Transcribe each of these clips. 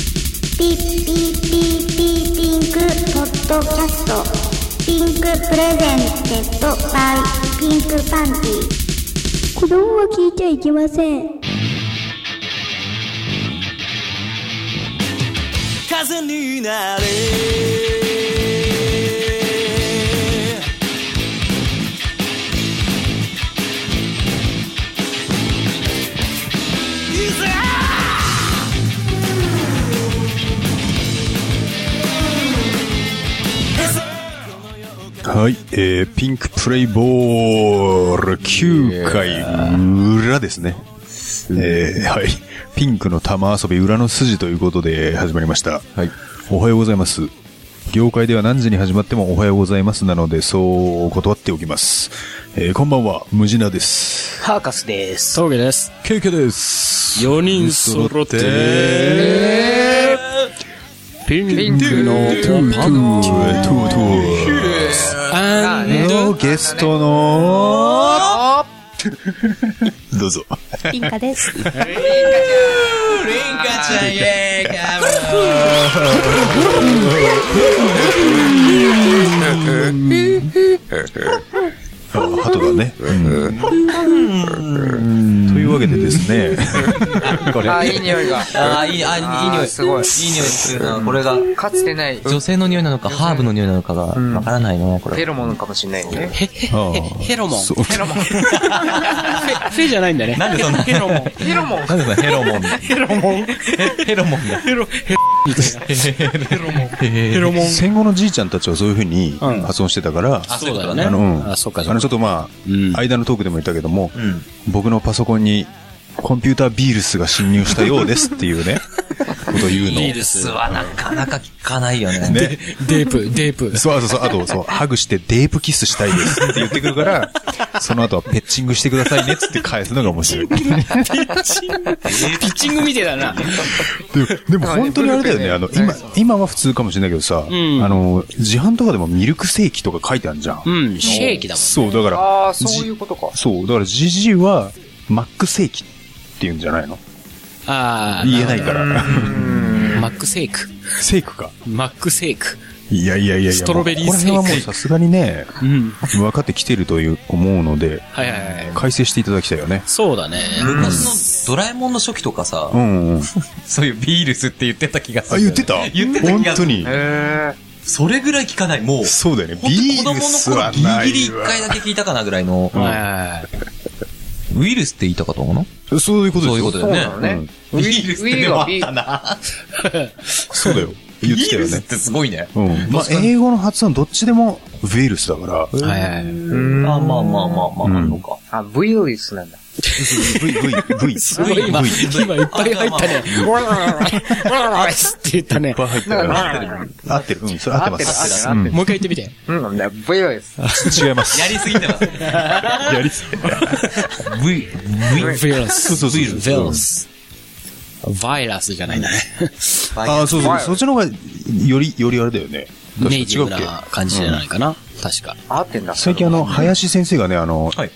ピッピッピッピッピンクポッドキャストピンクプレゼンテッドバイピンクパンティ子供は聞いちゃいけません風になれいざはい、えー、ピンクプレイボール9回裏ですね。えー、はい。ピンクの玉遊び裏の筋ということで始まりました。はい。おはようございます。業界では何時に始まってもおはようございますなので、そう断っておきます。えー、こんばんは、ムジナです。ハーカスです。峠です。ケイケです。 4人揃って、ピンクのトゥートゥートゥートゥアンーのゲストの、どうぞ。ピンカですリンカちゃんイエーイカモンあ鳩だね。というわけでですね、 これ、あ、いい匂いが。 あーいい、あー、いい匂い。すごい。いい匂いするな。これが、かつてない、女性の匂いなのか、ハーブの匂いなのかが、わからないね、こフェれ。ロモンかもしれないよね。あヘヘロモン。そフうェフェじゃないんだね。なんでそんな、ヘロモン。フェロモンなんでそんなヘロモン。ヘロモン。ヘロモンだ。ヘロ、ヘロモン。ヘロモン。戦後のじいちゃんたちはそういうふうに発音してたから、そうだよね。あの、うんあ、そうか、そあうのちょっか。とまうんあ、間のトークでも言ったけども、僕のパソコンにコンピュータービールスが侵入したようですっていうね、ことを言うの。ビールスス。はなかなか聞かないよね。ね。デープ、デープ。そうそうそう、あと、そう、ハグしてデープキスしたいですって言ってくるから、その後はペッチングしてくださいねっつって返すのが面白い。ピッチングみてえだな。ででも本当にあれだよね、あの、今、今は普通かもしれないけどさ、んあの、自販とかでもミルクセーキとか書いてあるじゃん。うん、シェーキだもん。そう、だから、ああ、そういうことか。そう、だからジジイは、マックセーキって言うんじゃないのあー言えないから。マックセイク。 セークか。マックセイク。いやいやいやいや。ストロベリーセークもうこれはもうさすがにね、うん。分かってきてるという思うので、はいはいはい。改正していただきたいよね。そうだね。昔のドラえもんの初期とかさう、んうん。そういうビールスって言ってた気がすあ、る。言ってた言ってた本気が当する。に。えそれぐらい聞かない、もう。そうだよね。本ビ当ールスは子供のな頃ギリギリい一わ。回だけ聞いたかなぐらいの、はいはいはい。ウイルスって言いたかったのかなそういうことですそういうことだそようねなのね。ウイルスってでもあったな。そうだよ。言ウってイたルよスねっ。てすごいね。うん。まあ、英語の発音どっちでもウイルスだから。はいはいはい。うんまあまあまあまあまあ、うんあるのか。あ、V ウイルスなんだ。 V、V、V。今、今いっぱい入ったね。わらわらわらわらわらって言ったね。入ったから。合ってる。うん、それ合ってま合ってす。うる合ってる合っんもうて一回言ってみて。うん、なんだ、V ウイルス。違い ます。やりすぎてます。やりすぎ。 V、ヴィラそス。うそうそうヴィラス。バイラスじゃないんだね。ああ、そうそう。そっちの方が、より、よりあれだよね。確かネイティブ違うっなけ感じじゃないかな。確か。合ってんだ。最近あの、林先生がね、あのはい、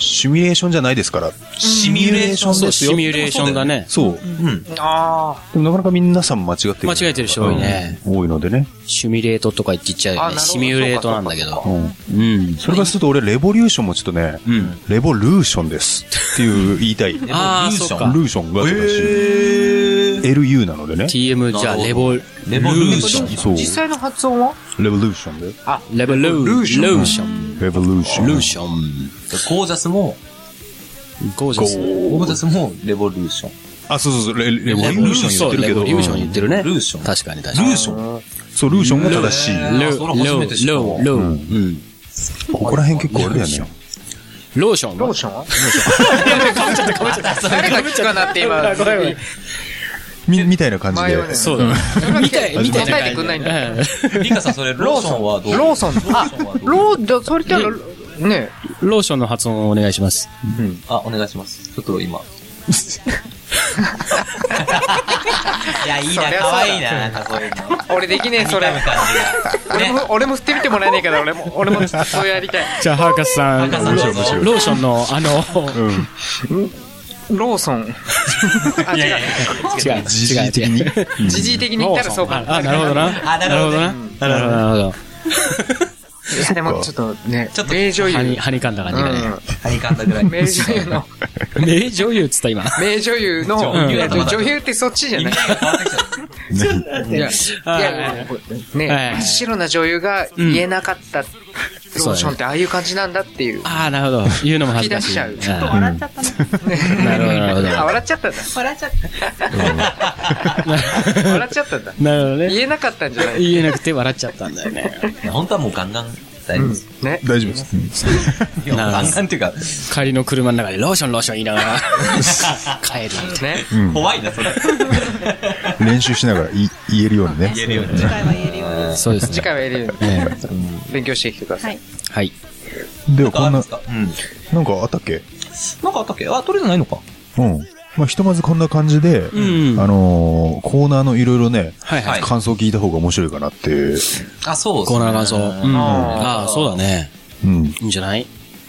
シミュレーションじゃないですから。シミュレーションそう、ですよシミュレーションだね。そう。うん。あでもなかなか皆さん間違ってる。間違えてる人多いねうん。多いのでね。シミュレートとか言ってっちゃうあよなるね。ほどシミュレートなんだけそうかうど。ん。うん。それからすると俺、レボリューションもちょっとね、うん。レボルーションですっていう言いたい。ルああ、レボリューションそうか。ーションが正しえい。LU なのでね。 TM じゃあ、レボ、レレボリューション。そうあ。。実際の発音はレボリューションで。レボルーション。ルーション。レボリューション。ルーション。ゴージャスも、ゴージャス。ゴージャスもレボリューション。あ、そうそうそう、レレボリレュボールーシション言っョてン。るレけど。ボリューション言ってるね。ルーション確かに確ルかに。ーションうんそう、ルーションが正しい。ルールそれ初めてー、知ったロー、ロー、うん。ここら辺結構あれだよね。ローションローはションは誰が聞くなって今。み、みたいな感じ前はねで。そうだね。みたい、みたいな感じ。答えてくんないんだうんリカさん、それ、ローションはどうローソン。あ、ロー、だそれってあの、ねローションの発音をお願いします。あ、お願いします。ちょっと 今。いや、いいそりゃそうだな、なんかそういうの。俺できねえ、それ。俺も、俺も振ってみてもらえねえから、俺も、俺もそうやりたい。じゃあ、ハーカスさんハーカスさんどうぞローションの、あの、うん。ローソン。 あ、違う。違う。違う。時事的に。違う時事的に言ったらそうかあ、なるほどな。あなるほどねなるほどな。なるほど。いや、でもちょっとね、ちょっと名女優。はうに、はにかんだ感じがね。んはい、かんだぐらい。名女優の、名女優っつった今。名女優の、女優えっと女優ってそっちじゃない いや、いやね、はい真っ白な女優が言えなかったローションってああいう感じなんだっていう。ああ、なるほど。言うのも恥ずかしい。吹き出しちゃあう笑っちゃったね。ーなるほど、なるほど。あ、笑っちゃったんだ。笑っちゃった。笑っちゃったんだ。なるほどね。言えなかったんじゃない言えなくて笑っちゃったんだよね。 本当はもうガンガン大丈夫です。ね。大丈夫です。いやガンガンっていうか、帰りの車の中でローションローション言いながら帰るみたいな。ね。怖いな、それ。 練習しながらい言えるようにね。言えるように次ね。回は言えるように。そうです次ね。回はエリューえ勉強してきてください。はい。えはい。では、あこるんんなです、かうん。なんかあったっけなんかあったっけあ、取れてないのか。うん。まあ、ひとまずこんな感じで、んあのーコーナーのいろいろね、はいはい感想聞いた方が面白いかなって、あ、そうコーナーの感想。うんああ、そうだね。うん。いいんじゃない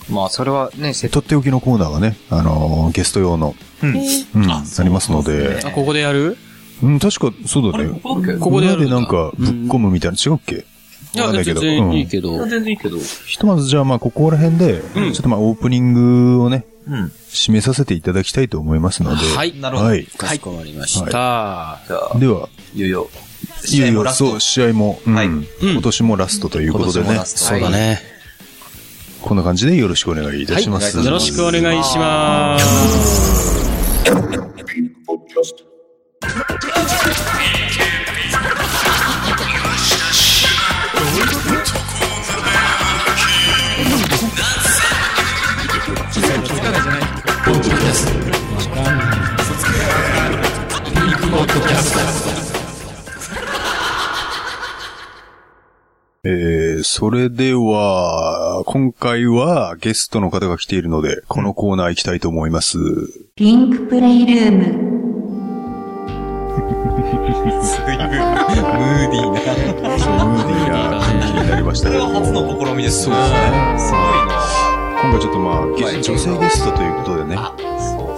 まあ、それはね、せとっておきのコーナーがね、あのーゲスト用の、うん、ありますので、あ、ここでやるうん、確かそうだね。ここだっけここでやるんだ裏なんかぶっ込むみたいな、違うっけいや、わかんないけど全然いいけど。全然いいけど。ひとまずじゃあまあここら辺で、ちょっとまあオープニングをね、うん。締めさせていただきたいと思いますので。はい。なるほど。はい。かしこまりました。じゃあ、では、いよいよ。いよいもよ、ラストそう、試合も、うんはい今年もラストということで今年もねラ、ストそうだね。こんな感じでよろしくお願いいたします。よろしくお願いします。えー、それでは、今回はゲストの方が来ているので、このコーナー行きたいと思います。ピンクプレイルーム。ムーディーな。そうムーディーな感じになりましたこけれどは初の試みですそうね。ですねすごい今回ちょっとまあ、ゲスはい女性ゲストということでね。な。そう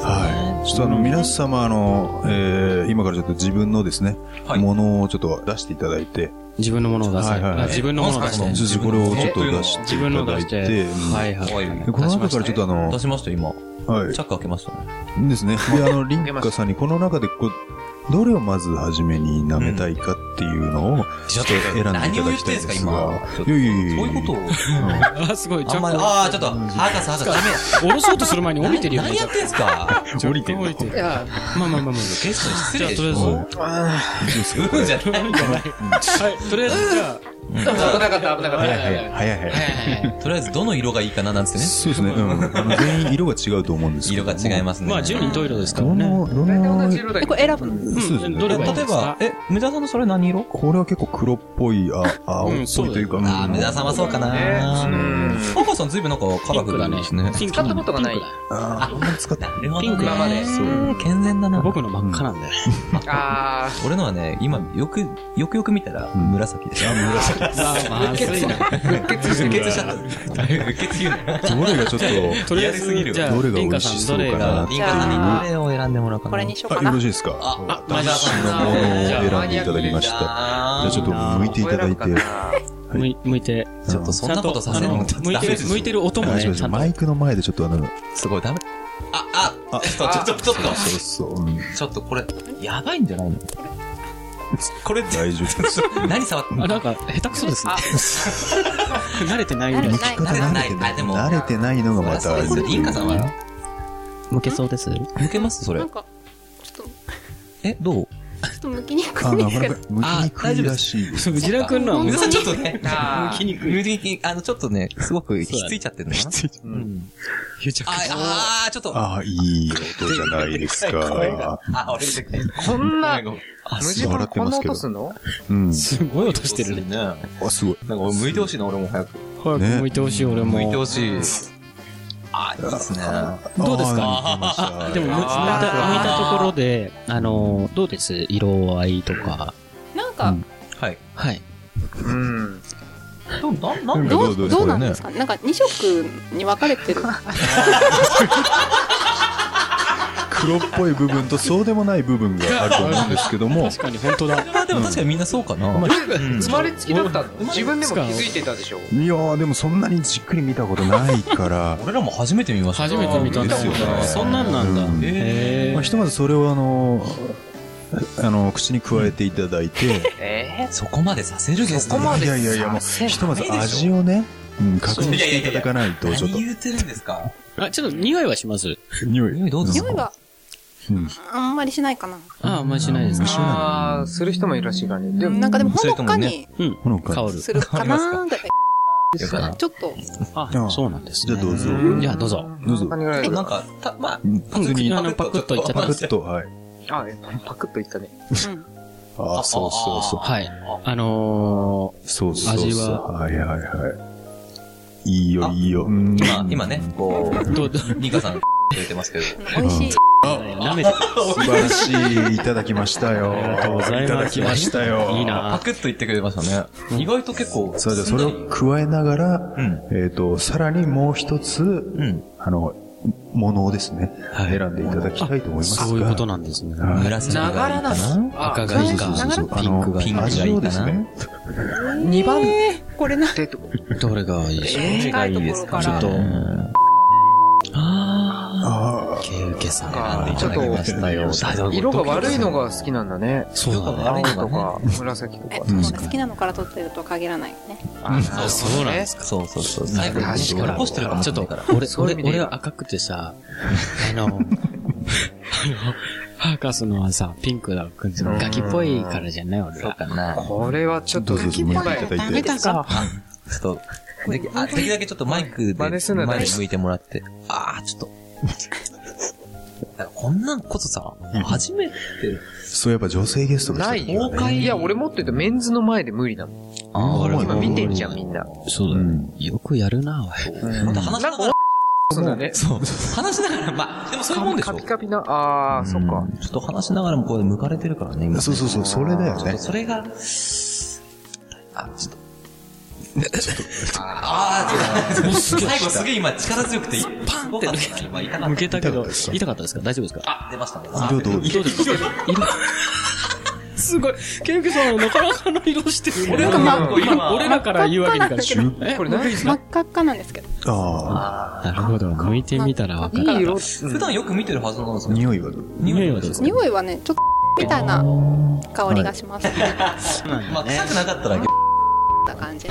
はい。ちょっとあの、皆様あの、えー、今からちょっと自分のですね、はいものをちょっと出していただいて、自分のものを出せ。はいはいあ自分のものを出えしちて。ょっとこれをちょっと出して自いた分のをだ出い、してて。うんはいははいい。でこの中からちょっとあ出の、しました、今。はチャック開けましたね。い。ですね。で、あの、リン出ましカさんにこの中でこう、どれをまず初めに舐めたいかっていうのを、ちょっと選んでいただ何を言っきたていんんですすか、が。今。ちょっいやいやいやそういうことを。あ、すごい。ちあょんっまり、と、ああ、ちょっと、博士、博士、ダメ。下ろそうとする前に降りてるよ。何やってんすかと降りてる降りてる。まあまあまあまあ。ゲストに失じゃあ、礼とりあえず。うはんじゃないい、とりあえず、じゃあ危なかった、危なかった。早い早い。とりあえず、どの色がいいかななんつってね。そうですね。うん。あの全員色が違うと思うんですけ色ど。。が違いますすね。まあ、10人トイレですからどね。の、ど大体の同じ、色だえ、よこれ選ぶのそうですね。どれがいい例えば、え、梅沢さんのそれ何色これは結構黒っぽい、あ、青っぽいというか、ああ、梅沢さんはそうかな。博士さん、ずいぶんなんかカピランフクルだなねんですね。。ピンク使ったことがないピンクだあーあんまり使ってない。なるほどね。ピンク今までそう。健全だな。僕の真っ赤なんだよね。あー俺のはね、今、よく、よくよく見たら、ん紫でした。あ、紫。まあ、まずいな。受け継しちゃった。受け継ぎな。どれがちょっと、とりあえやりすぎず、るじゃあ、どれがリ美ンカ味さん、しどそうれかがな。リンカさんに、どれを選んでもらおうかな。これにしようかあ、よなろ。しいですかあ私のものを選んでいただきました。じゃあちょっと向いていただいて。向い向いて、ちょっとそんなことさせるちゃのんとあの向いてる、向いてる音もあすいね、まちせゃんんマと。イクの前でちょっとあの、すごい、ダメ。あ、あ、ちょっと、ちょっと、ちょっと、そうそううん、ちょっとこれ、やばいんじゃないのこれって、大丈夫です。何触ってんあ、のなんか、下手くそですね。慣れてないぐらい慣れ向てないき方慣れてなあい。でも慣れてないのがまそたうですよ、リンカさんは。向けそうです。抜けますそれなん。か、ちょっと、え、どうちょっと向きにくあ、いんでなすかけな どか。向きにくいらしいです。そう、藤良くんのは梅む田ずさんい。ちょっとね、あー向きにくい。向きに、あの、ちょっとね、すごく引きついちゃってるのかな。うん。ああー、ちょっと。あ、いい音じゃない ですか。あ、俺でね。こんな、あ無す地ごい盤こんな音すんのうん。すごい音してるね。ね。なんかあ、すごい。俺向いてほしいな、俺も早く。早く向いてほしい、俺も。向いてほしい。あー、いいですね。どうですかかでも、む向いあた、向いたところで、あの、どうです色合いとか。なんか、はい。はい。うん。でも、なん、なんどどうう、どうなんですかかなんか、2色に分かれてる。黒っぽい部分とそうでもない部分があると思うんですけども、確かに本当だ。あ、でも確かにみんなそうかな。生まれつきだったの生まれつき自分でも気づいてたでしょいやーでもそんなにじっくり見たことないから、俺らも初めて見ました初めて見たんだですよねそんなんなんだ。うんへまあ、ーひとまずそれをあのあの口に加えていただいて、えそこまでさせるゲストそこまでいやいやいやもうさせないひとまず味をね、うん、確認していただかないとちょっ何言ってるんですかあ、ちょっと匂いはします。と匂い匂いどうです匂かいがうんあんまりしないかな。あ、あんまりしないですうねん。ああする人もいるらしいからねででももなんかでもほのかそにうん。ほのか香る。するかなーぐらい。よかなちょっと、ああ、そうなんですじゃね。あどうぞじゃあどうぞ。どうぞ何ぐらいだなんか、た、まあ、うん普通にあのパクッといっちゃったパクッとはいあえパクッといったねうん。ああそうそうそうはい。あのそうそうそう味ははいはいはいいいよあいいようんまあ、今ね、こー、どうぞ。う、ニカさん、言ってますけど。美味しい。舐めて。素晴らしいいただきましたよありがとうございますただきましたよいい パなクッと言ってくれましたね。意外と結構。それではそれを加えながら、うんえっ、と、さらにもう一つ、うん。あの、ものをですね、はい選んでいただきたいと思いますが。そういうことなんですね。はい紫がいいかな。赤がいいかそうそうそう、あピンクのがいいか。味をですね、 2番これな。手とかどれがいいでしょうどれがいいですかちょっとうんあケウケさん選んでいただきましたよ。色が悪いのが好きなんだねそうだね青とか紫とかえ、そうなんだ好きなのから撮ってると限らないよね。あそうなんですか。そうそうそう。最後に確かに残してるかもちしょれっとないから。、俺、そういう意俺、味で俺は赤くて さ、あの、あの、ハーカスのはさ、ピンクだ、ガキっぽいからじゃない俺そうは。かな。これはちょっどうとぞどうぞ問飲ん題でいただいて。だか。ちょっと、でき、あ、できるだけちょっとマイク真で、前似にすんな向いてもらって。あー、ちょっと。 だからこんなんこそさ、初めて。そういえば女性ゲストの人ないよねいや俺持ってたメンズの前で無理なのあー今見てんじゃんみんなそうだね。よくやるな、おい。また話しながら、そうだねそう、話しながら、まあ、でもそういうもんでしカょ。ピちょカピなああそっかっと話しながらもこう向かれてるからね、今。そうそうそう、それだよちょっねと。それが、あ、ちょっと。あー、ちょっと、最後すげえ今力強くて、パンって抜けたけど痛かったです、か痛かったですか大丈夫ですかあ、出ましたね。色どう色ですか色。すごい。ケウケさんはなかなかの色してる。俺らなんか今俺らから言うわけにいかない真えこれ何真っ赤っかなんですけど。あなるほど。向いてみたらわかいる。い色普段よく見てるはずなんですあ、よ。匂いはどう匂いはどうですか匂いはね、ちょっと、みたいな香りがします。まあ、臭くなかったら、た感じ。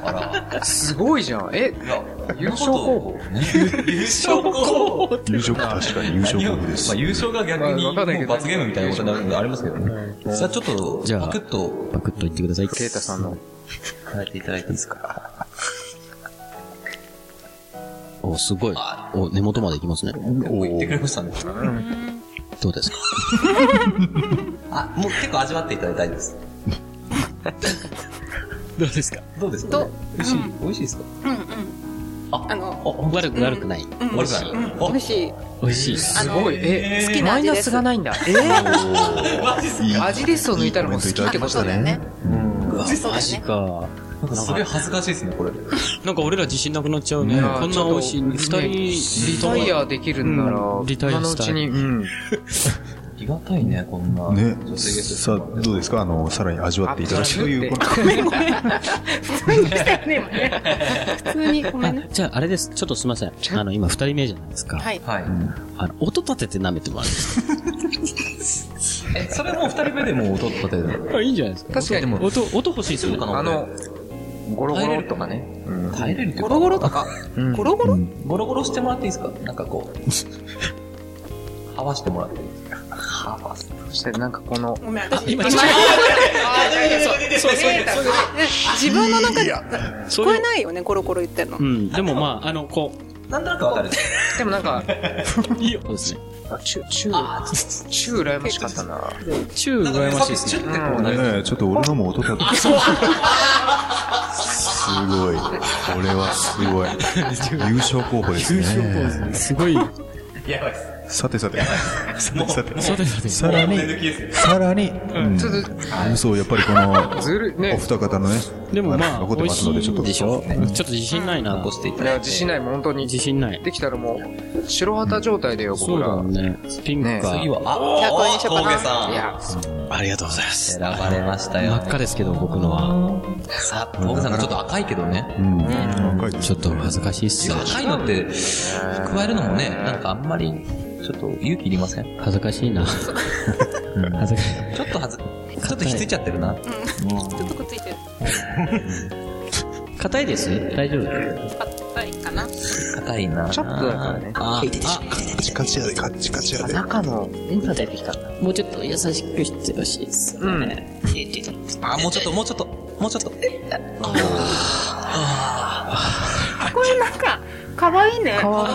あら。すごいじゃんえいや優勝候補優勝候補優勝、確かに優勝候補ですまあ、。優勝が逆に、まあわかんないけど罰ゲームみたいなことになるのがありますけどね。さあ、ちょっと、じゃあパクッと、パクッと言ってください。ケイタさんの変えていただいていいですかお、すごい。お、根元まで行きますね。お言ってくれーましたね。どうですかあ、もう結構味わっていただいたいです。どうですかどうですか、ね、美味しい、美味しいですかうんうん。ああの、悪く、悪くない。うん、悪くないうん美味しい。美味しい。あすのごいえ好きなマイ味ナでスすがないんだえいいー味ですを抜いたらもう好きってあこそとうだだよねね。そうだマねジか。なんかすごい恥ずかしいですね、これ。なんか俺ら自信なくなっちゃうね。いやーこんな美味しい。二人、リタイアできるんなら、うんリタイ今アのしうたいちに、うん。ありがたいね、こんな。ね女、性ゲスさトあ、どうですかあの、さらに味わっていただくということ。普通にごめんね。あ、じゃああれです。ちょっとすいません。あの、今二人目じゃないですか。はい。はい。あの、音立てて舐めてもらってえ、それもう二人目でもう音立てる。いい。あ、いいんじゃないですか。確かに、音、音欲しいですよね。あの、ゴロゴロとかね。耐えれるっていうゴかロゴロとか、ゴロゴロゴロゴロしてもらっていいですかなんかこう。はわしてもらっていいですかはわす。そしてなんかこの、ごめん、私、今今、自分の中で、聞そうこいえう。ないよね、ゴロゴロ言ってんのう。ん。でもまあ、あの、こなんとなくわかる。でもなんか、う。 いいよ。そうですね。あチュ、チュー、チュー羨ましかったな。中なんか羨ましいでチすュね。ッてこうなる。ねえちょっと俺のも音立てて。すごい。これはすごい。優勝候補ですね。すごい。やばいっす。さてさて。さてさて。さてさてさらに、さらに、うんちょっそう、やっぱりこの、と、ずるいねお。二方のね、でもまあ残ってますので、ちょっと。でしょちょっと自信ないな。残していたいだや、いて。自信ないもん、本当に。自信ない。できたらもう、白旗状態だよ、そ僕うだらよ。ね。ピンクか。次は、 100あ、円ショップ峠いさん。や、ありがとうございます選。ばれました真よっ。赤ですけど、僕のは。さあ、峠さんのちょっと赤いけどね。うん。若いですちょっと恥ずかしいっすよ。赤いのって、加えるのもね、なんかあんまり、ちょっと勇気いりません恥ずかしいな。恥ずかしい。ちょっとはず、ちょっとひっついちゃってるな。ちょっとくっついてる。硬いです大丈夫硬いかな。硬いな。チャップだからねあ、あ、カチカチやで、カチカチやで。中の、もうちょっと優しくしてほしいです。うん。あ、もうちょっと、もうちょっと、もうちょっと。これなんか、可愛いね。かわ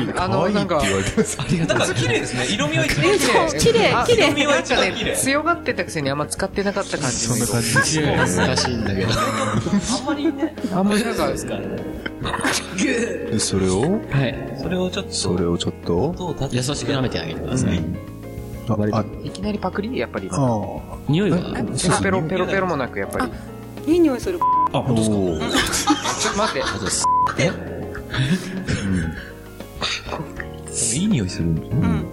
いかわいい。い、あかのわいいって言われてます。なんか綺麗ですね。色味は 綺麗。そう綺麗あ綺麗色味は一番綺麗なんか綺ね、麗強がってたくせにあんま使ってなかった感じのそんな感じですね。恥ずかしいんだけど。あんまりなんか、でそれを、はい。それをちょっと、それをちょっと、どう立優しく舐めてあげてください。あ、あ、いきなりパクリやっぱり。あー匂いはそうですペね。ロペロペロもなく、やっぱり。ちいい匂いする。あ、本当ですかょっと待って。いい匂いするんですね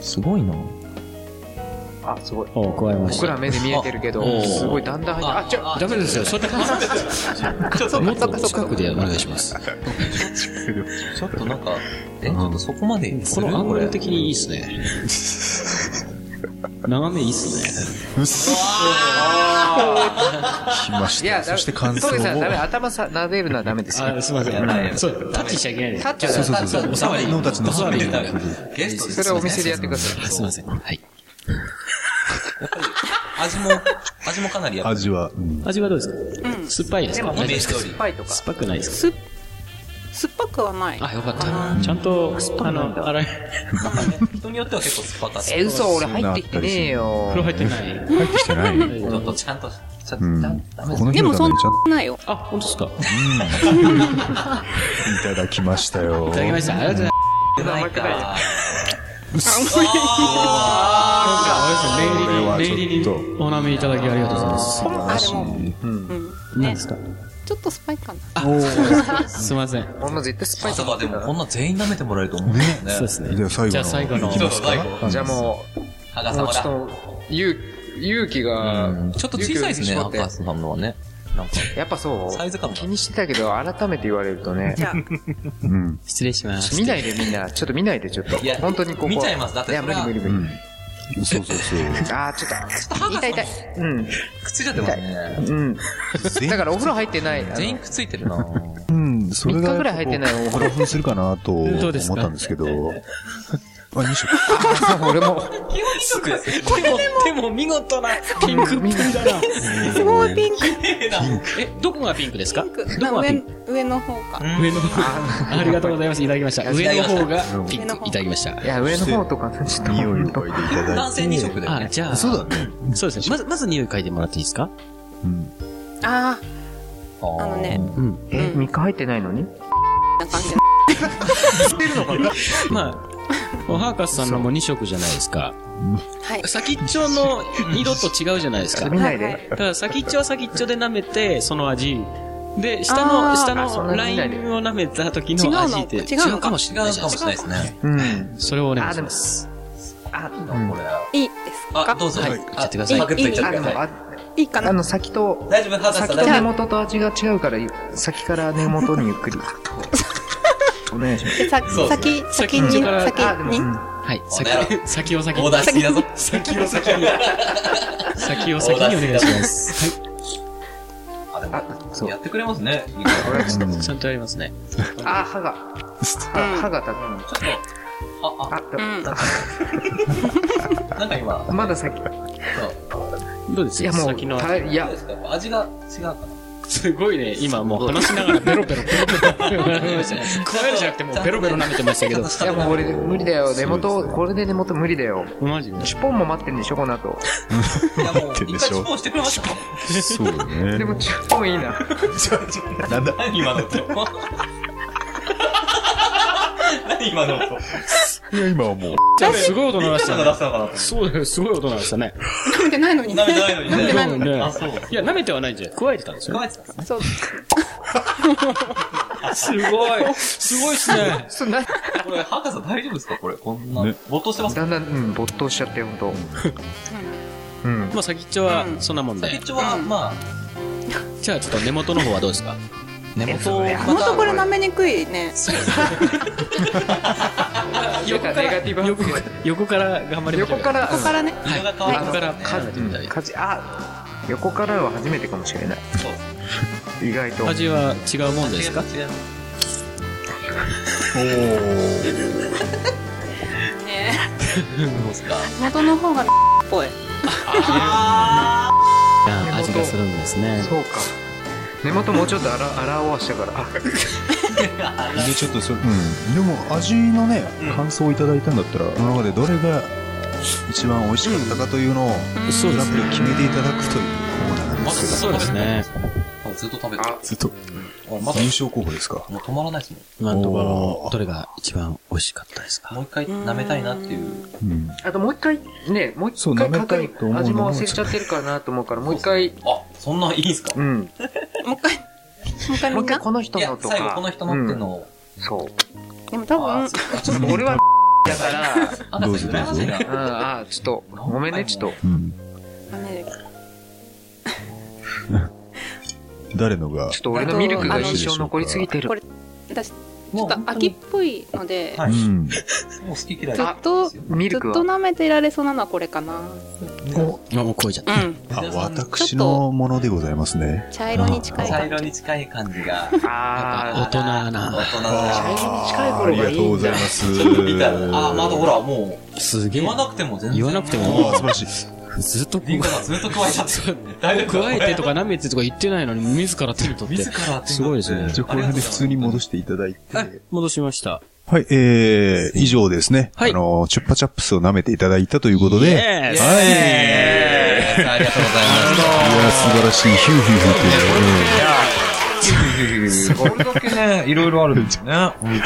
すごいな。あ、すごい。お加えまし僕た。ら目で見えてるけおど、ーすごい、だんだん入って、あ、ちダょ、メですよ。それもっと近くでお願いします。ちょっとなんか、え、ちょっとそこまで、このアングル的にいいっす ね。眺めいいっすね。うっす。来まいしや、た。だめそして感想をト。ゲさん、ダメ、頭さ、撫でるのはダメですよ。すいません。そう、タッチしちゃいけないですタ。ッチそうそうは、そう。お触りノータッチのお触りゲストでそすれはお店でやってください。すいません。はい。味も、味もかなりやっぱ味は、うん味はどうですか酸っぱいですかイメージ通酸り。パイとか。っぱくないですす、酸っぱくはない。かあ、よかった。ちゃんと、あの、洗い、人によっては結構酸っぱかったえ、り。嘘、俺入ってきてねえ風呂よ。入ってない。入ってきてない。うちょっとちゃんと、ちゃん。んこの日でのもためそんにちゃんとなないよ。あ、本当ですかいただきましたよ。いいただきました。ありがとうございます。とないか。これは念入りに、念ちょっと入りにお舐めいただきありがとうございます。素晴らしい。何ですかちょっと酸っぱいかな。すいません。俺も絶対スパイまとさかかってでたもなこんな全員舐めてもらえると思うんですね。そうですね。じゃあ最後の。いじゃあ最後のきます最後か。じゃあもハう、ガもサうマちょっラ。と、勇勇気が、ちょっと小さいですね、勇ハ気をガ失ってサマラはね。なんか、やっぱそサイズ感うも気にしてたけど、改めて言われるとね。う。うん。失礼します。見ないでみんな、ちょっと見ないでちょっと。いや本当にここ。見ちゃいますだっていや、そ無れは理無理無う理。ん。そうそうそう。あー、ちょっ痛い痛い。と。うん。くっついちゃってますね。うん。だからお風呂入ってない。全員くっついてるなうん、それが。三日ぐらい入ってないお風呂分するかなと思どっうですかたんですけど。あ、2色。あ 俺も。でも、でも見事なピンクっぽいだな。すごいピンク。え、どこがピンクですかピンクどこがピン上ク上の方か。上の方が。ありがとうございます。いただきました。上の方がピンク。いただきましたい。や、上の方とかね、ちょっと。匂いを嗅いでいただ男いて。性2色であ、ね。じゃあ、そうだね。そうですね。まず、まず匂い嗅いでもらっていいですかうん。あああ、あのね、うん。え、3日入ってないのにな感じ。まあ、おはかさんのも2色じゃないですか。はい。先っちょの色と違うじゃないですか。見ないはいはで。だから先っちょは先っちょで舐めて、その味。で、下あの、ー下あそんなのラにイ見ないでンを舐めた時の味って違違うのうかもしれない違じうゃかなもいでしすれかないですね。うん。それをお願いあ、しでもま、す。あ、いいですあ、かどうぞ。はいあいっちゃってください今グッといっちゃあってでくも、ださい。あいいかあなの、先と、大丈夫、ハガサ先大と根丈夫。元と味が違うから、先から根元にゆっくり。お願いします。さそう先、先に、から先あ、でも、うに。んはい。お願い先、先を先オーに。ダーしすぎだぞ。先を先に。先を先にお願いします。はあ、であ、そも、うや。ってくれますね。俺はちょっい。ちゃんとやりますね。と、あ、歯が、あ歯が立つ。あ、あ、うでん。あ、なんか今、もまだ先。どうですいや、もう、先の味たいどうやで、すかやっぱ味が違うかな。すごいね、今もう話しながらペロ ペロペロペロ舐めましたね。加えるじゃなくてもうペロペロ舐めてましたけど。いやもう俺、無理だよ。根そう元、ですねこれで根元無理だよ。マジでチュポンも待ってんでしょ、この後。いや、もう、ってんで一回しチょュポンしてくれま した。そうだね。でも、チュポンいいな。なんだ何今の音。何今の音。いや、今はもう。すごい音鳴らしな たんか出ね。したのかなとそうだよ、すごい音鳴らしたね。舐めてないのにね。舐めてないのにね舐めてないのに。ねあ、そう。いや、舐めてはないんじゃん。加えてたんですよ。考えてたんですね。そう。すごい。すごいっすね。 そんな、これ、博士大丈夫ですかこれ、こんな。ね没頭してますだんだん、うん、没頭しちゃってよ、ほんと。うん。まあ、先っちょはそんなもん先っで。ちょは、まあ、じゃあ、ちょっと根元の方はどうですか根元をま本当これ舐た、めにくいね。横から、ネガティブハウス横から頑張りましょ横う。から、ここからね。色が変わり横まかすらね。数えてみたういん。かじ、あ、横からは初めてかもしれない。そう。意外と。味は違うもんですか違いますおー。ね違います。どうですか元の方がっぽい。あ味がするんですね。そうか。根元もうちょっと洗、洗わしたから。あで、ちょっとそれ、うん。でも、味のね、感想をいただいたんだったら、この中でどれが一番美味しかったかというのを、そうグでラすップねで決めていただくというコーナーなんですけそうですね。あずっと食べてる。あ、ど。ずっと、まだ優、勝候補ですか。もう止まらないですも今のとこおろー、どれが一番美味しかったですん。かもう一回舐めたいなっていう。うん。あともう一回、ね、もうそ一う回舐めた確いと思う認。のも味も忘れちゃってるかなと思うから、もう一回。あ、そんないいんすかうん。もう一回。もう一回もうんみ一回な。この人いやの、とか。最後この人のってのを。うん。そう。でも多あ分、そうちょっと俺は、だから、あなたどうぞどう羨ぞましいなうん、あ、ちょっと、ごめんね、ちょっと。うん。あね誰のがちょっ、と俺のミルクが印象残りすぎてるこ。れ、私、ちょもっうと秋っぽいので、はうい。もん。う好き嫌いずっと、ずっミルクとは。舐めていられそうなのはこれかな。あ、もう超えちゃっうん。あ、私のものでございますね。茶色に近い茶感色に近い感じが。た。大あ人な。大人あだー近い頃がいいんだありがとうございます。みたいな。あ、まだほら、もう、すげえ言。わなくても全然。言わなくてもあー素晴らしい。ずっとリンゴ加がずっと加えちゃってる。 え加えてとか舐めてとか言ってないのに、自ら手に取っ自。てら手に取ってすごいですねじゃあ、この辺で普通に戻していただいて。戻しました。はい、えー、以上ですね。はいあの、チュッパチャップスを舐めていただいたということで。いや、エーはいえーありがとうござい素晴らしい。ヒューヒューヒューっていう。ます。これだけね、いろいろあるんですよね。本当に。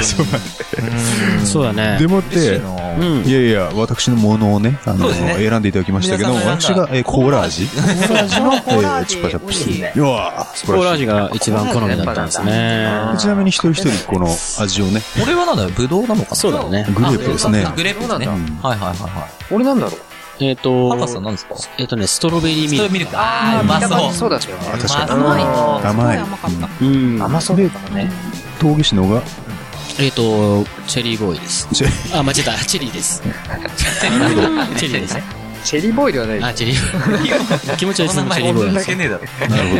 そうだねで。もって、うん。いやいや、私のものをね、あその、うですね選んでいただきましたけども、皆さんが選私んだが、えーコーラ味。コーラ味の、えーラー味チュッパチャップ美味しいス。ねいやー素コ晴ーラらし味が一番好みだったんですね。い。ちなみに一人一人この味をね、これはなんだよ、ぶどうなのかなそうだね。グレープですね。グレープですね。そうなはいんだはいはいは俺なんだろうえっい。とハ、カさん何ですかスえっとね、ストロベリーミトルロク。ミルク。あー、うま見た感じそそうだしよ。あ確かに。甘い甘い。すごい甘かったうん。甘そうだからね。峠市のが、えっと、チェリーボーイです。チェあ、間違えた。 チェリーです。チェリーです。チェリーボーイではない。あ、チェリー。 気持ちはリズムチェリーボーイです。けねえだろ。なるほ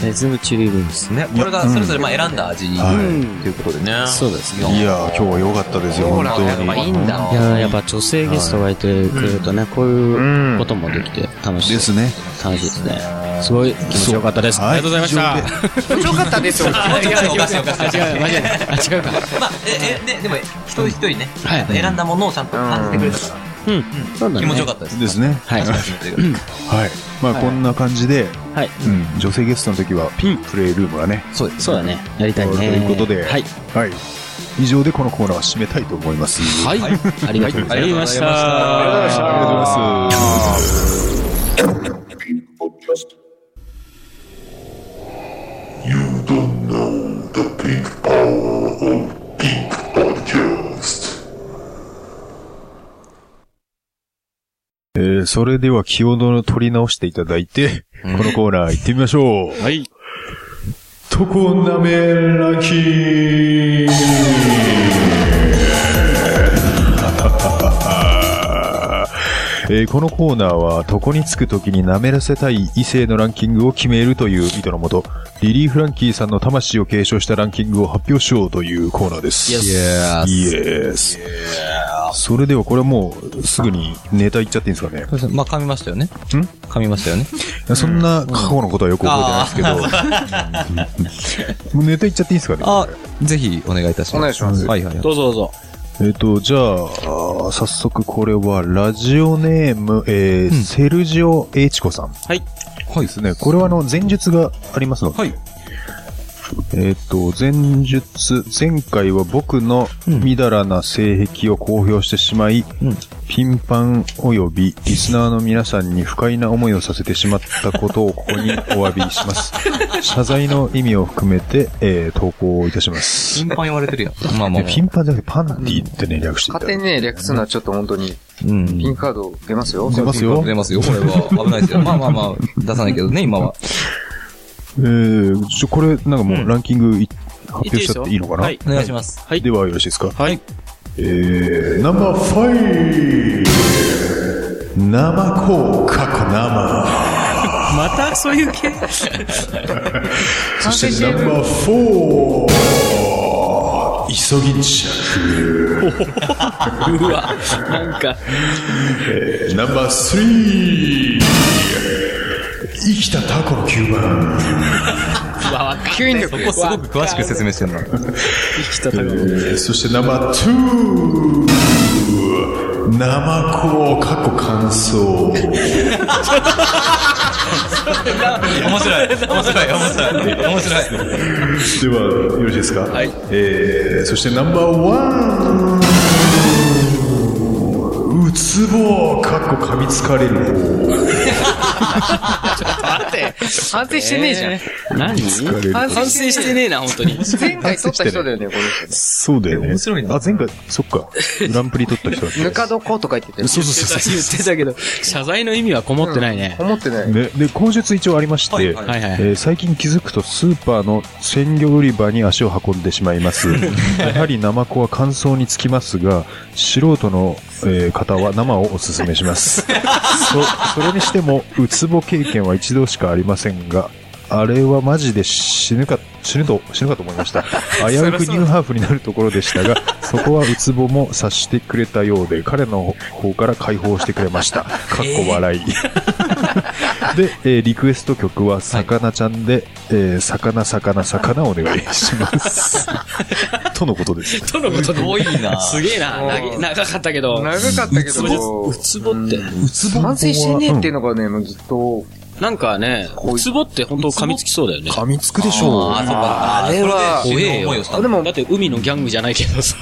ど。リズムチェリーボーイです。ね、これがそれぞれまあ選んだ味に。はいということでね。そうですね。いやー今日は良かったですよ、ほ本ら当やっぱに。いいんだいやーやっぱ女性ゲストがいてくれるとね、こういうこともできて楽しい。ですね。楽しいですね。すごい気持ちよかったです。ありがとうございました。は面白かったですよ。う。ちょっとおかしいおかしい。あ、 違う、間違えた。あ、違うか。まあ、え、え、ね、でも、一人一人ね、はい。選んだものをちゃんと感じてくれたかうん。そうだら、ね。気持ちよかったです。ですね。はい。 はい。まあ、こんな感じで、はい。うん、女性ゲストの時は、ピンクプレイルームがね、そうです。そうだね。やりたいね。ということではい。はい。以上でこのコーナーは締めたいと思います。はい。ありがとうございました。ありがとうございます。えー、それでは気を取り直していただいて、このコーナー行ってみましょう。はい。とこなめランキング えーこのコーナーは、床につくときに舐めらせたい異性のランキングを決めるという意図のもと、リリー・フランキーさんの魂を継承したランキングを発表しようというコーナーです。 Yes イエス。それではこれもう、すぐにネタ言っちゃっていいんですかね。そうですねまあ、噛みましたよね。ん噛みましたよね。そんな過去のことはよく覚えてないですけど。 もうネタ言っちゃっていいんですかね。あ、ぜひお願いいたします。お願いしますはいはいはい。どうぞどうぞ。えっ、と、じゃあ、あー早速これは、ラジオネーム、えーうんセルジオ・エイチコさん。はい。はい。ですね。これは、あの、前述がありますので。はいえっ、と、前述、前回は僕のみだらな性癖を公表してしまい、うん頻繁及びリスナーの皆さんに不快な思いをさせてしまったことをここにお詫びし ます。謝罪の意味を含めて、えー投稿をいたします。頻繁言われてるやん。まあまあで頻繁じゃなくてパンティってね、略していただ勝手いにて。ね、略すのはちょっと本当に、うん。ピンカード出ますよ。出ますよ。出ますよ、これは。危ないですよ。まあまあまあ、出さないけどね、今は。えー、ちょ、これ、なんかもうランキングい発表しちゃっていいのかなはい。お願いします。はいではよろしいですかはい。えー、ナンバーファイブ生こう過去生またそういう系そしてナンバーフォー急ぎ着うわ、なんか、えーナンバースリー生きたタコの吸盤吸引力すごく詳しく説明してるな。えーそしてナンバーツー生こう過去乾燥面白い。面白い、面白い。面白い。ではよろしいですかはい、えー、そしてナンバーワンうつぼかっこ噛みつかれる方反省してねえじゃん。何れる反省 反省ししてねえな、本当に。て前回取った人だよね、この人そうだよね面白いなあ前回そっかグランプリ取った人だっ ね。たぬか床とか言ってて。そうそうそう言ってたけど、謝罪の意味はこもってないね。思ってない。ね、で、口述一応ありまして、はいはいはいはえい。ー最近気づくとスーパーの鮮魚売り場に足を運んでしまい ます。やはりナマコは乾燥につきますが、素人の、えー方は生をおすすめし ます。そ、それにしても、ウツボ経験は一度しかありませんが、あれはマジで死ぬか、死ぬと、死ぬかと思いました。危うくニューハーフになるところでしたが、そこはウツボも察してくれたようで、彼の方から解放してくれました。かっこ笑い。で、えーリクエスト曲は、さかなちゃんで、えー魚、魚、魚お願いします。 とのことです。とのことで、多いな。すげえな。長い長かったけど。長かったけど、うつぼって。うつぼ反省してねえっていうのがね、もうずっと、なんかね、うつぼって本当噛みつきそうだよね。噛みつくでしょう。あー、そうか。あれはそれで死ぬ思いをしたあでもだって海のギャングじゃないけどさ。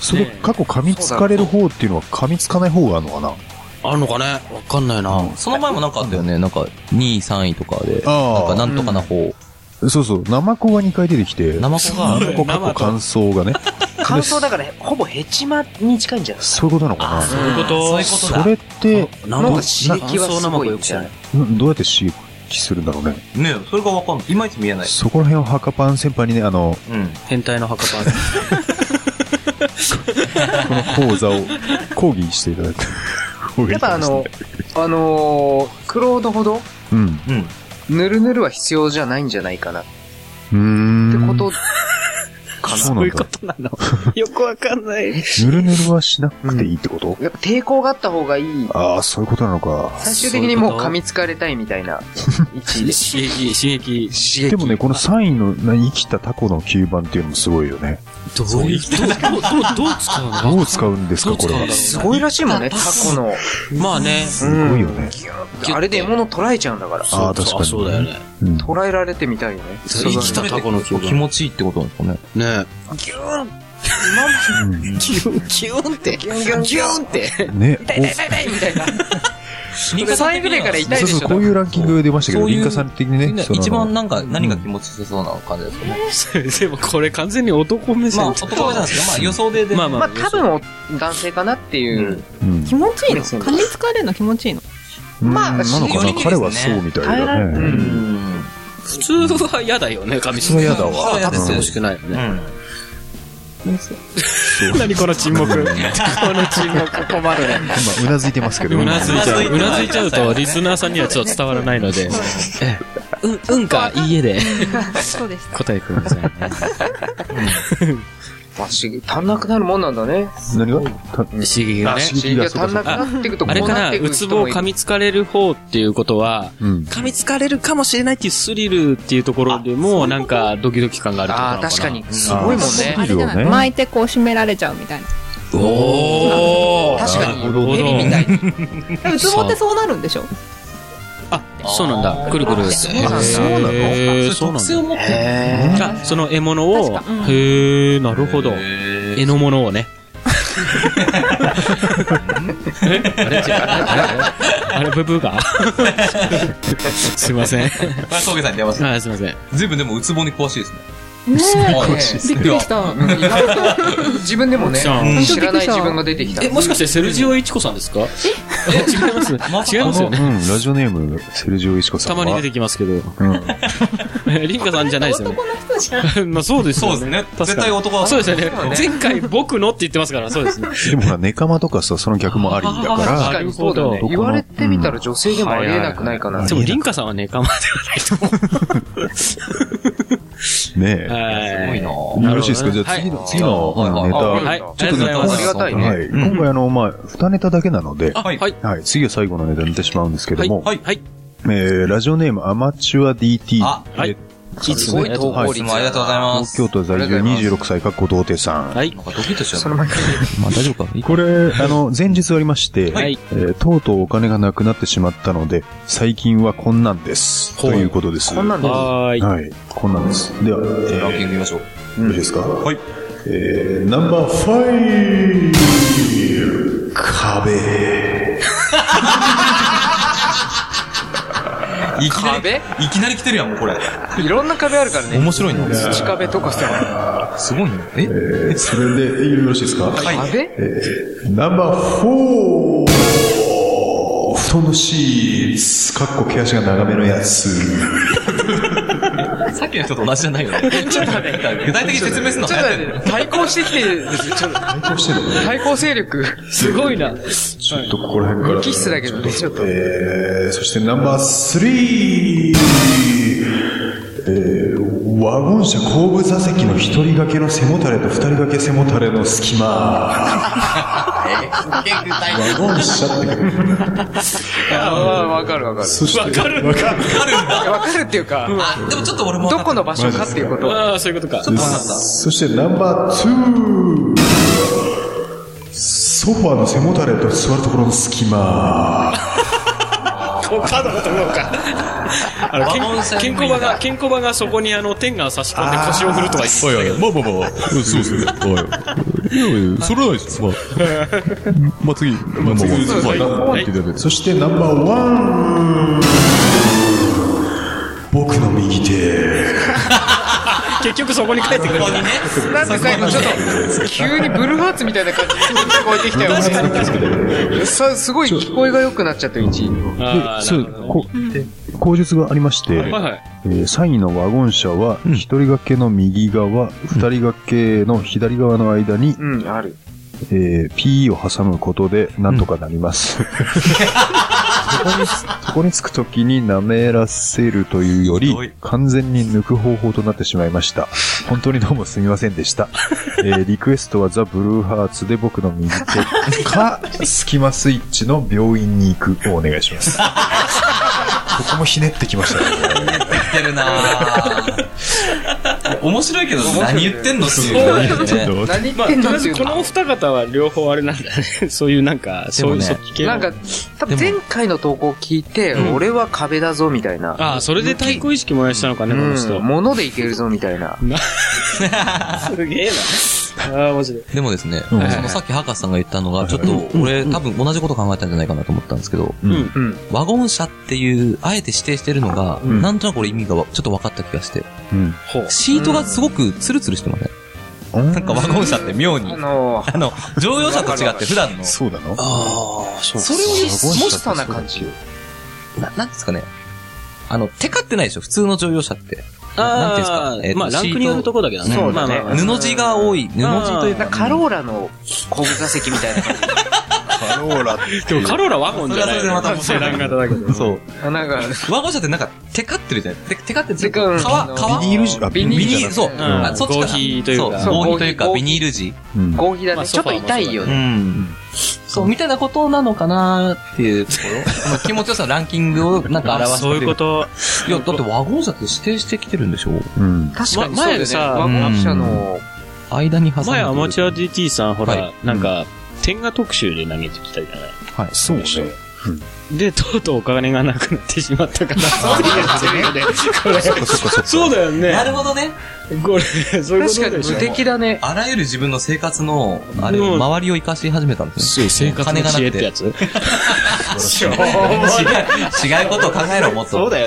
その過去噛みつかれる方っていうのは噛みつかない方があるのかな あるのかねわかんないな。その前もなんかあったよね。なんか、2位、3位とかで。あなんーか、なんとかな方。そうそう、ナマコが2回出てきて、ナ生子マが。コ過去乾燥がね、感想だから、ほぼヘチマに近いんじゃないそういうことなのかそういうこと。そういうことなだそれって、なんなんかか刺激はすごいみたいな。んどうやって刺激するんだろうね。ねえそれがわかんない。いまいち見えない。そこら辺をハカパン先輩にね、あの、うん。変態の墓 パン。この講座を講義していただいて。やっぱあの、あのー、クロードほど、うん。うん。ぬるぬるは必要じゃないんじゃないかな。っうーん。てこと、そうなんだ。となの。よくわかんない。ぬるぬるはしなくていいってこと、やっぱ抵抗があった方がいい。ああ、そういうことなのか。最終的にもう噛みつかれたいみたいな位置刺で。激、刺激。でもね、この3位のな生きたタコの吸盤っていうのもすごいよね。どういう、どう、どう、どう使うのどう使うんですか、これは。すすごいらしいもんね、タコの。まあね。ごいよね。あれで獲物捕らえちゃうんだから。ああ、確かに。そうだよね。うん。捕らえられてみたいよね。生きたタコの気気分。持ちいいってことなんですかね。ねギュン、ギュンって。ギュンギュンギュンって。ね、痛い痛い痛い痛いみたいな。3位ぐらいからこう痛いそうでそしう、ょ。こういうランキング出ましたけど、そういうリンカさん的にね、その一番なんか、何が気持ちよさそうな感じですかね。え。 でもこれ完全に男目まあ、線。男じゃないですか。まあ、予想でで。まあままああ。多分お男性かなっていう。うん気持ちいいのそう噛みつかれるの気持ちいいのうんまあなのかよな、りですね彼はそうみたいだうね。ん。普通は嫌だよね、髪質それは嫌だわ。そう嫌です欲よしくないよね。う何この沈黙。この沈黙困るね。今、うなずいてますけど。うなずいちゃう。ううななずずいいちちゃゃううとと、リスナーさんにはちょっと伝わらないので、ええうん、うんか、いいえでそうでした答えてくだ さいね。まあ刺激足んなくなるもんなんだね。何がた刺激がね。刺刺激激ががそうか足んそなうくか。なっていくとこあれうかなっな、ていくウツボを噛みつかれる方っていうことは、うん。噛みつかれるかもしれないっていうスリルっていうところでも、なんかドキドキ感があるってことなあのあ、かな。確かに。。すごいもんね。あれじゃないい、いよね巻いてこう締められちゃうみたいなおー確かになるほどウツボってそうなるんでしょあ、そうなんだ。くるくる。そうなんだそうなのへーそうなん特性をだ。持ってる。あ、その獲物を、へえ、なるほど。え絵のものをね。えあれ違うあれあれブブーがすいません。えー。まあ、峠さんに出ます。はい、すいません。随分でも、ウツボに詳しいですね。ね詳え。びっくりした。自分でもねさん、知らない自分が出てきた。え、もしかしてセルジオイチコさんですかえ違います。違いまあのすようね。ん、ラジオネーム、セルジオイシコさたんは。まに出てきますけど。うん。リンカさんじゃないですよね。男の人じゃん。まあそうですそうよでね。かすね。に絶対男は。そうですよね。前回僕のって言ってますから、そうですね。でもほら、ネカマとかさ、その逆もありだ 確かかにそうだよなるどほ。ね言われてみたら女性でもありえなくないかな。でも、リンカさんはね、構ってはないと思ら、ねう。はー。い。え。よろしいですかじゃあ次の、次のうんネタ。はいはい。ありがとうございまありすが。たいね。はい。今回あの、まあ、二ネタだけなので、あ、はい。はい。はい。次は最後のネタになってしまうんですけども、はい。はい。えー、ラジオネームアマチュア DT。あはいえーすごい投稿率いつもありがとうございます東京都在住26歳、かっこ童貞さん。はい。なんかドキッとしちゃう。その前かまあ大丈夫かこれ、あの、前日ありまして、はいえーとうとうお金がなくなってしまったので、最近はこんなんです。ということです。こんなんではーい。はい。こんなんです。では、えーランキング見ましょう。。よろしいですかはいえー、ナンバーファイ壁。いきなり、壁いきなり来てるやん、もうこれ。いろんな壁あるからね。面白いな。土壁とかさ。すごいね。ええー、それで、よろしいですかは。壁ナンバーフォー布団のシーツ、かっこ毛足が長めのやつ。さっきの人と同じじゃないよね。 ちょっと待って。具体的に説明するのちょっ早とい待って、対抗してきてるんですよちょっと対抗してるのね対抗勢力。すごいな。ちょっとここら辺から。無機質だけどねちょっとえー、そしてナンバースリーえー、ワゴン車後部座席の一人掛けの背もたれと二人掛け背もたれの隙 間。ワゴン車って書いてあるああ、わかるわかる。そして、わかるわかる。わかるっていうか、あ、でもちょっと俺も分どかっこの場所かっていうこと。ああ、そういうことか。そしてナンバーツーソファーの背もたれと座るところの隙間。あの健健康場が、健康場がそこにあの、天が差し込んで腰を振るとか言ってたけど。まあまあまあ、そうですね。はい。いや、それはないです。 まあ、まあ次、まあ次、そしてナンバーワン僕の右手。結局そこに帰ってくるん だ。なんで最後ちょっと、急にブルーハーツみたいな感じに聞こえてきたよ。さすごい聞こえが良くなっちゃった、一位。あーなるほどこう、口述がありまして、はいはい。えー、3位のワゴン車は、一人掛けの右側、二、人掛けの左側の間に、うん、ある。えー、P を挟むことで、なんとかなります。そこに、そこにつくときに舐めらせるというより、完全に抜く方法となってしまいました。本当にどうもすみませんでした。えー、リクエストはザ・ブルーハーツで僕の右手か、スキマスイッチの病院に行くをお願いします。ここもひねってきましたね。てるなぁ面白いけど、何言ってんのっていうね。何言まっあ、とてんりのあっえていずうこのお二方は両方あれなんだね。 そういうなんか、そういう、でもねそっち系のなんか、多分前回の投稿聞いて、俺は壁だぞ、みたいな。ああ、それで対抗意識燃やしたのかうね、この人ん、。物でいけるぞ、みたいな。 すげえな。ああ、面白い。でもですね、そんのさっき博士さんが言ったのが、ちょっと俺多分同じこと考えたんじゃないかなと思ったんですけど、んうんワゴン車っていう、あえて指定してるのが、んなんとなく俺意味がわちょっと分かった気がして、うん。ほう。シートがすごくツルツルしてません、なんかワゴン車って妙にあ、のー、あの、乗用車と違って普段の、そうなのああ、そうそれをワゴン模車ってしたな感じ。ななんですかね、あの、テカってないでしょ、普通の乗用車って。なんていあうんあですか、えっ、とまあ、ランクによるとこだけどね。そうまだあねまあまあ布地が多い。布地というなか、んかカローラの後部座席みたいな感じ。カローラっていう。でもカローラワゴンじゃないそれはそれでまたセラン型だけど。そう。あなんか、ワゴン車ってなんか、テカってるじゃないテテカってるてかうん皮、皮ビニールじゃ、あビビニニールじーゃル、なそう。くてあそっちかな合皮というかそうそう合皮というか、合皮ビニール地。うん合皮だまあね。ちょっと痛いよね。ん。そう、みたいなことなのかなっていうところ。 その気持ちよさのランキングを なんか表してそういうこと。と。いや、だってワゴン車って指定してきてるんでしょうん。確かにまそうだ前よでね。さワゴン車の、間に挟んで。前アマチュアで。 DT さん、ほはらい、なんか、天下特集で投げてきたじゃない。はい。そうね。で、とうとうお金がなくなってしまったから、そうやってるよね。これ、 そうだよなね。るほどね。これ、そういうこ確かとにでしょ無。敵だね。あらゆる自分の生活の、あれ、うん周りを生かし始めたんですね。生活の知恵ってやつ。 違うことを考えろ、もっと。そうだよ。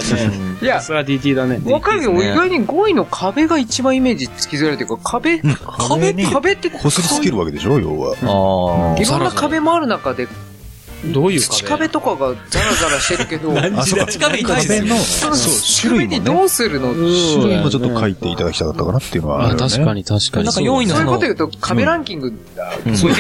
いや、それは DT だね。わかるよ。ですね意外に5位の壁が一番イメージつきづらいというか、壁、壁って、壁って、こすりつけるわけでしょ要は。あいろんな壁もある中で、どういう土壁とかがザラザラしてるけど、あ、そうあ。か。近めに対して壁の、そそのう、壁種類にもどね。うするの種類もちょっと書いていただきたかったかなっていうのはああ、るよね。確かに確かに。なんか4位のそういそうのこと言うと、壁ランキングがそう4位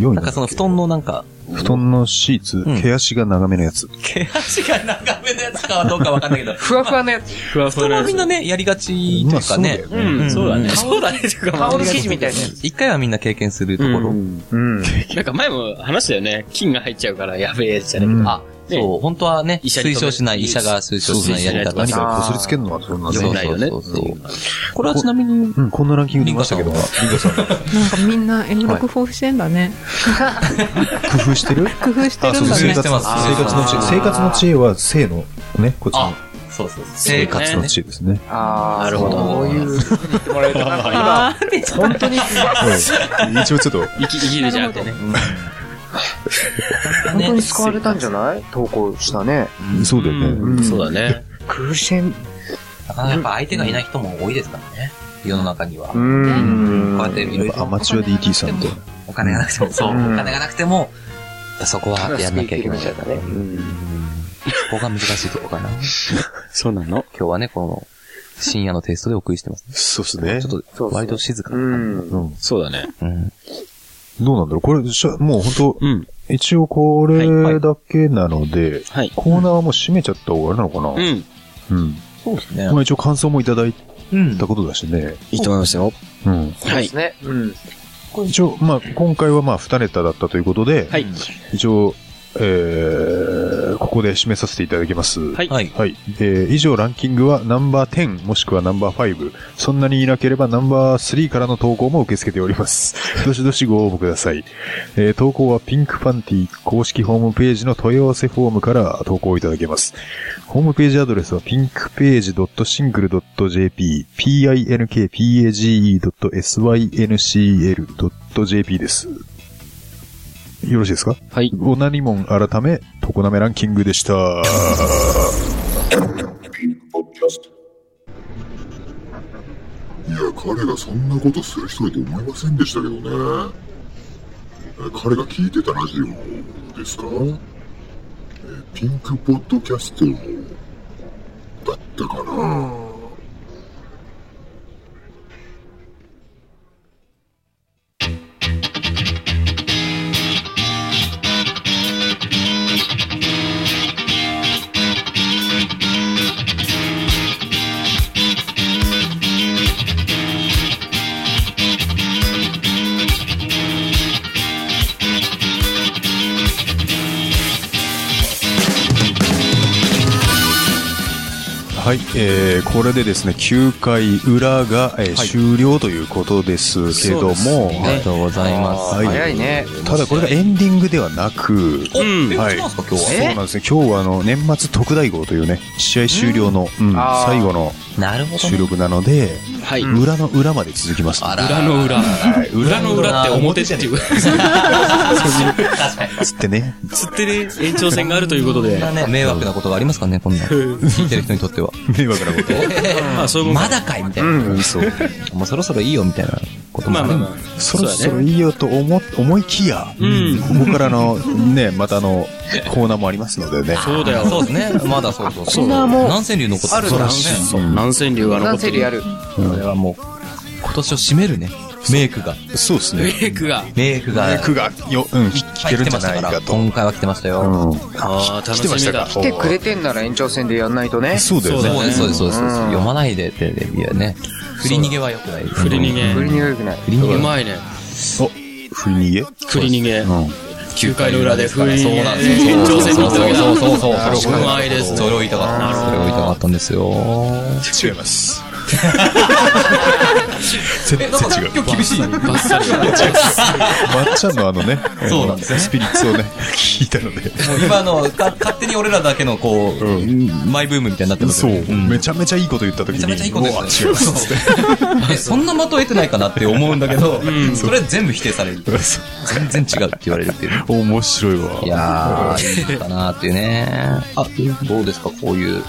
?4 位なんかその布団のなんか、布団のシーツん、毛足が長めのやつ。毛足が長めのやつかはどうかわかんないけど、ふわふわのやつ、ふわふ布団はみんなね。ね、やりがちというかね。まあそうだよね。うん、そうだね。そうだね。タオル生地みたいなやつ。一回はみんな経験するところ。うん。なんか前も話したよね。金が入っちゃうからやべえじゃねうんあ、ねそう、本当はね、医者に推奨しない、医者が推奨しないやり方何そうかこすりつけるのはそんなそう良くね。ないよね。そうそうこれはちなみに、うん、こんなランキング出ましたけど、リンゴなんかみんな M6 工夫してんだね。工夫してる工夫してあ、るそうんだ生ね。活、生活の知恵。生活の知恵は、生の、ね、こっちのあ、そうそう、生生活活のの知恵ですね。あー、なるほどそういう風に言ってもらえたらなんかあー本当に、うん一応ちょっと、生き、生きるじゃんってね。本当に使われたんじゃない投稿したね。そうだよね。そうだね。工夫してん、なかなかやっぱ相手がいない人も多いですからね。世の中には。うこん。うやっていろいやっぱアろマチュア DT さんみたいな。お金がなくても、そう、おうん金がなくても、そこはやんなきゃいけない。助けてくれるここが難しいとこかな。今そうなの日はね、この、深夜のテイストでお送りしてます。そうですねちょっと、割と静かうな。ん。うん。そうだね。うん。どうなんだろうこれ、しゃもう本うん。当一応これだけなので、はい。コーナーはもう閉めちゃった方があれなのかなうん。うん。そうですねま。あ一応感想もいただいうんた。ことだしね。いいと思いますよ。うん。はいです。ね。うん。一応、まあ今回はまあ二ネタだったということで、はい。一応、えー、ここで締めさせていただきます。はい。はい。はい。えー、以上ランキングはナンバー10もしくはナンバー5。そんなにいなければナンバー3からの投稿も受け付けております。どしどしご応募ください。えー、投稿はピンクパンティ公式ホームページの問い合わせフォームから投稿いただけます。ホームページアドレスは pinkpage.single.jp pinkpage.syncl.jp です。よろしいですかはい。オナニモン改め、トコナメランキングでした。いや、彼がそんなことする人だと思いませんでしたけどね。え彼が聞いてたラジオですかえピンクポッドキャストだったかなはい、えー、これでですね、9回裏が、えー終了ということですけども、ありがとうございます。はい早いね。ただこれがエンディングではなく、うん。はい、今日そうなんですね、今日はあの、年末特大号というね、試合終了の、うんあー最後のなるほどね収。録なので、はい。裏の裏まで続きます。裏の裏。はい、裏裏の裏って表っていう。つってね、つってね、延長戦があるということそんで。なね、迷惑なことがありますかね、こんなの。聞いてる人にと っては。迷惑なこと。まあ、そういうもんかまだかいみたいな。うん、そう。もうそろそろいいよ、みたいなこともまああるまあまあ。そろそそうろだいいよと思思いきや、うんここからの、ね、またあの、コーナーもありますのでね。そうだあよ。そうですね。まだそうそう。そうナーも南千流のことあるからね。そう、南千流が残何ってセリやる。る。これはもう、今年を締めるね。メイクが。そうですね。メイクが。メイクが。区が、よ、うん、い聞っぱ聞いける来んてじゃましなたいから、かと。今回は来てましたよ。うん。ああ、楽来てまししたみかだ。来てくれてんなら延長戦でやんないとね。そうだよそうね。です、そうです、そうです。うん読まないでテレビはね。振り逃げは良くない。振振り逃振げ。りに良くない。振り逃げうはまいね。お、振り逃げ振り逃げ。うん。 9回の裏で振り逃そげ。うなんです延長戦に行ったわけだ。そうそうそうそう。うまいですねそれを言いたかった。それを言いたかったんですよ。違います。全然違う。今日厳しい。バッサリ。まっちゃんのあのね、そうなんですねスピリッツをね、聞いたので。もう今のか勝手に俺らだけのこう、マイブームみたいになってますそようね、んめちゃめちゃいいこと言った時めちゃめちゃいいに、ことうわ、です違ようね。そうえそんな的を得てないかなって思うんだけど、それ全部否定される。全然違うって言われるっていう。面白いわ。いやー、いいかなっていうね。あ、どうですか、こういう。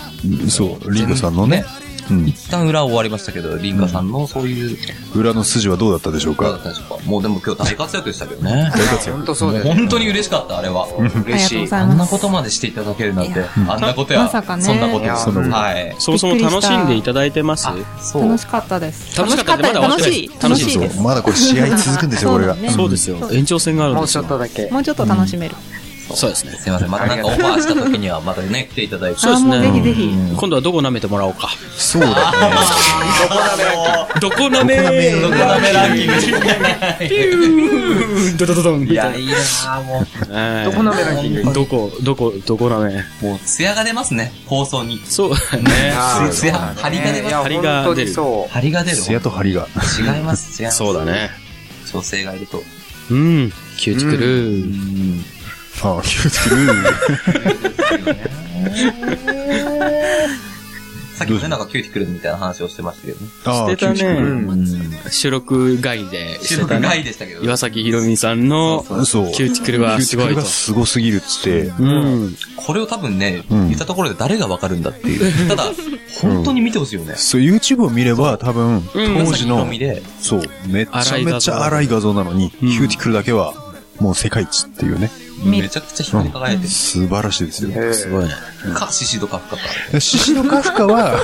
そう、リンゴさんのね、うん、一旦裏終わりましたけど、リンカさんのそういう、裏の筋はどうだったでしょうどうだかったでしょうか。もうでも今日大活躍でしたけどね。本当そうだよね。本当に嬉しかった、あれは。りがとうござあいんまなす。ことまでしていただけるなんていや、あんなことや、まさかねそんなこといやそんなはい。そもそも楽しんでいただいてますあそう楽。しかったです。楽しかったってまだ終わっ楽てないしい。楽しい楽でしす。いまだこれ試合続くんですよ、これが。そうだねそうですよ。延長戦があるんもでうすちょよっ。とだけ。もうちょっと楽しめる。そうですね。すいません、またなんかオファーした時には、またね、来ていただいて。そうですねあーもうぜひぜひ。今度はどこ舐めてもらおうか。そうだね。どこ舐めどこ舐めランキング。ピュードドドドンみいたや、いいいなぁ、もう。な。どこ舐めランキングどこ、どこ、どこ舐めもう、艶が出ますね、放送に。そうだね。あー艶、張りが出ねいや、ます。張り本が当出にるそ張りが出る。艶と張りが。違います、違います。そうだ。ね。女性がいると。うん。キューティクルー。ああ、キューティクルさっきもね、なんかキューティクルみたいな話をしてましたけどね。ああ、してたねキューティクル収録外でして収た録ね。外でしたけど。岩崎ひろみさんのそう。キューティクルはすキューティクごいルとが。すごすぎるっつって。うん。これを多分ね、うん言ったところで誰がわかるんだっていう。ただ、本当に見てほしいよね。そう、YouTube を見れば多分、当時の、紫色でそう、めっち荒ゃい画め像っちゃ荒い画像なのに、うんキューティクルだけは、もう世界一っていうね。めちゃくちゃ光り輝いて素晴らしいですよ。う。すごいね。る。か、シシドカフカか。シシドカフカは、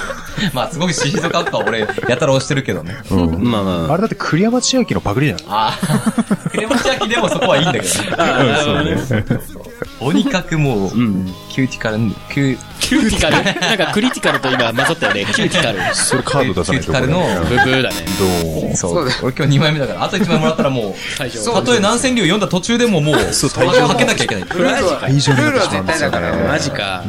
まあ、すごくシシドカフカは俺、やたら押してるけどね。うんまあまあまあれだって栗山千明のパクリじゃん。ああ。クレマチャキでもそこはいいんだけどね。あ。そうね。とにかくもうう、ん。キューティカル、キュー、キューティカルなんかクリティカルと今混ざったよね。キューティカル。それカード出さないと。キューティカルのブブーだね。どうそう。俺今日2枚目だから、あと1枚もらったらも最初う、たとえ何千両読んだ途中でももう、そうは大丈夫はけなきゃいけない。ルールは、ル会場にーなってルしまうはんで絶対すよだからね。マジか。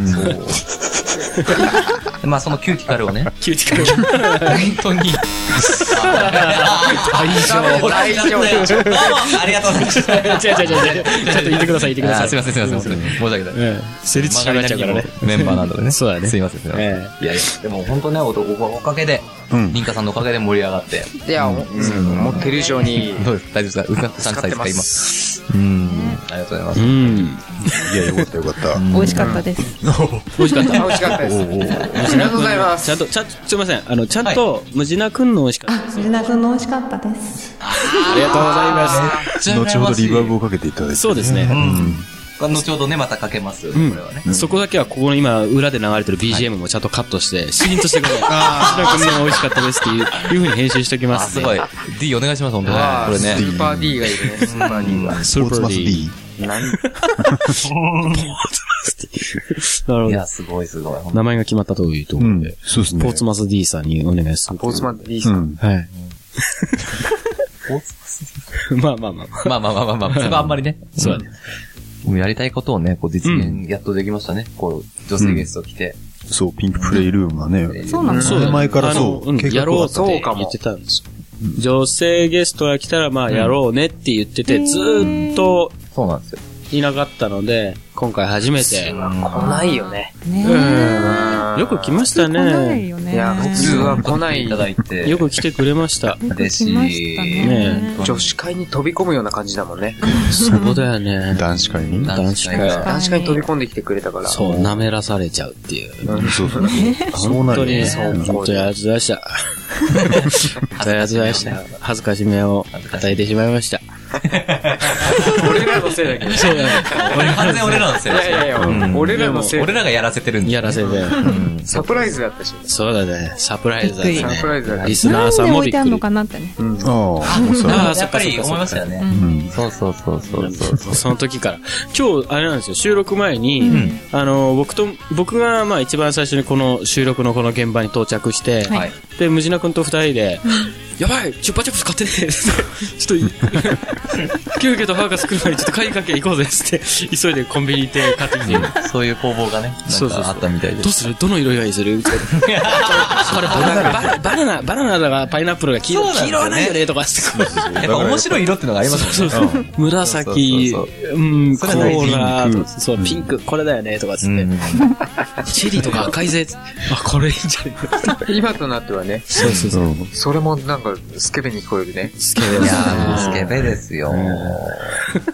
でまあ、そのキューティカルをね、キューテ ィカル。本当に。大丈夫。大丈夫どうもありがとうございました。違う違う違う違う。ちょっと言ってください、言ってくだあさーい。すいません、すいまうせん、本当に申し訳ない。ん。成立しなくなっちゃうからね。メンバーなんだね。そうだねすいません、すいません。いえやいや、でも本当ね、おおおかげで、うんリンカさんのおかげで盛り上がって。いや、思ってる以上に、どうです大丈夫ですかうかくさん使さっいてまですす。か今。うん。ありがとうございまえ。す。うん。いや、よかったよかった。美味しかったです。美味しかった。美味しかったです。ありがとうございます。ちゃんと、ちゃんと、すいません。あの、ちゃんと、ムジナ君の美味しかった。あ、藤田くんの美味しかったです。ありがとうございます。後ほどリバーブをかけていただいて。そうですね。うん。後ほどね、またかけますよね、これはね。そこだけは、ここの今、裏で流れてる BGM もちゃんとカットして、シーンと してください。ムジナ君の美味しかったですっていう、いうふうに編集しておきまあ、すすね。ごい。D お願いします、本当に。これスね。ーパー D がいるね、スーパー D が。 スーポーパツーマス D。 D。なるほいど。や、すごい、すごい。本名前が決まったというとうころんで、。そうですね。ポーツマス D さんにお願いする。ポーツマン D うさん。ん。はい。当に まあまあまあまあ。まあまあまあまあまあ、それはあんまりね。そうだね。もうやりたいことをね、こう実現、やっとできましたね。こう、女性ゲスト来て。そう、ピンクプレイルームはね、そうなのそうだね前からそうあのん計画やろうはあっったんだて言ってたんですよ。女性ゲストが来たら、まあやろうねって言ってて、ずーっとそうなんですよ。いなかったので、今回初めて。来ないよね。ねよく来まし来たないね。よね。いや普通は来ないいただいて。よく来てくれました。よく嬉し来い。ましたねね。女子会に飛び込むような感じだもんね。そうだよね。男子会に。男子会は。男子会に飛び込んできてくれたから。 そう、舐めらされちゃうっていう。そうそう。そうな本当るよに、ね本当にありがとうございました。ありがとうございました。恥ずかしめを与えてしまいました。俺らのせいだけど。そうだね。俺完全俺らのせいいですやいやよいや、俺らのせい俺。らがやらせてるん で。やらせて。サプライズだったし。そうだね。サプライズだね。サプライズだったリスナなーんさでんも置びいってあくるのりか。なってね。ああ、もうそう。あああ、あやそっっぱかりそっか思いましたよね。うん。そうそうそうそうそう。その時から。今日、あれなんですよ、収録前に、あの、僕と、僕が、まあ、一番最初にこの収録のこの現場に到着して、はい。で、ムジナ君と二人で、やばいチュッパチャプス買って ねえちょっとい キュウケと歯が少ないちょっと買いかけ行こうぜっつって急いでコンビニ行って買ってきてそういう工房がね、なそんうそうかそうあったみたいで。どうするどの色以外する これバナナバナバナナバナナだがパイナップルが黄色,、そうな黄んだよね色はないよねとか そうそうやっぱ面白い色ってのがありますそようね。そう紫そううんコそれはないーラピンとそうピンクこれだよねとかっつうっんて、チェリーとか赤いぜ あこれいいんじゃない今となってはね、そうそうそうそれもなんか、スケベに聞こえるね。いやー、スケベですよ。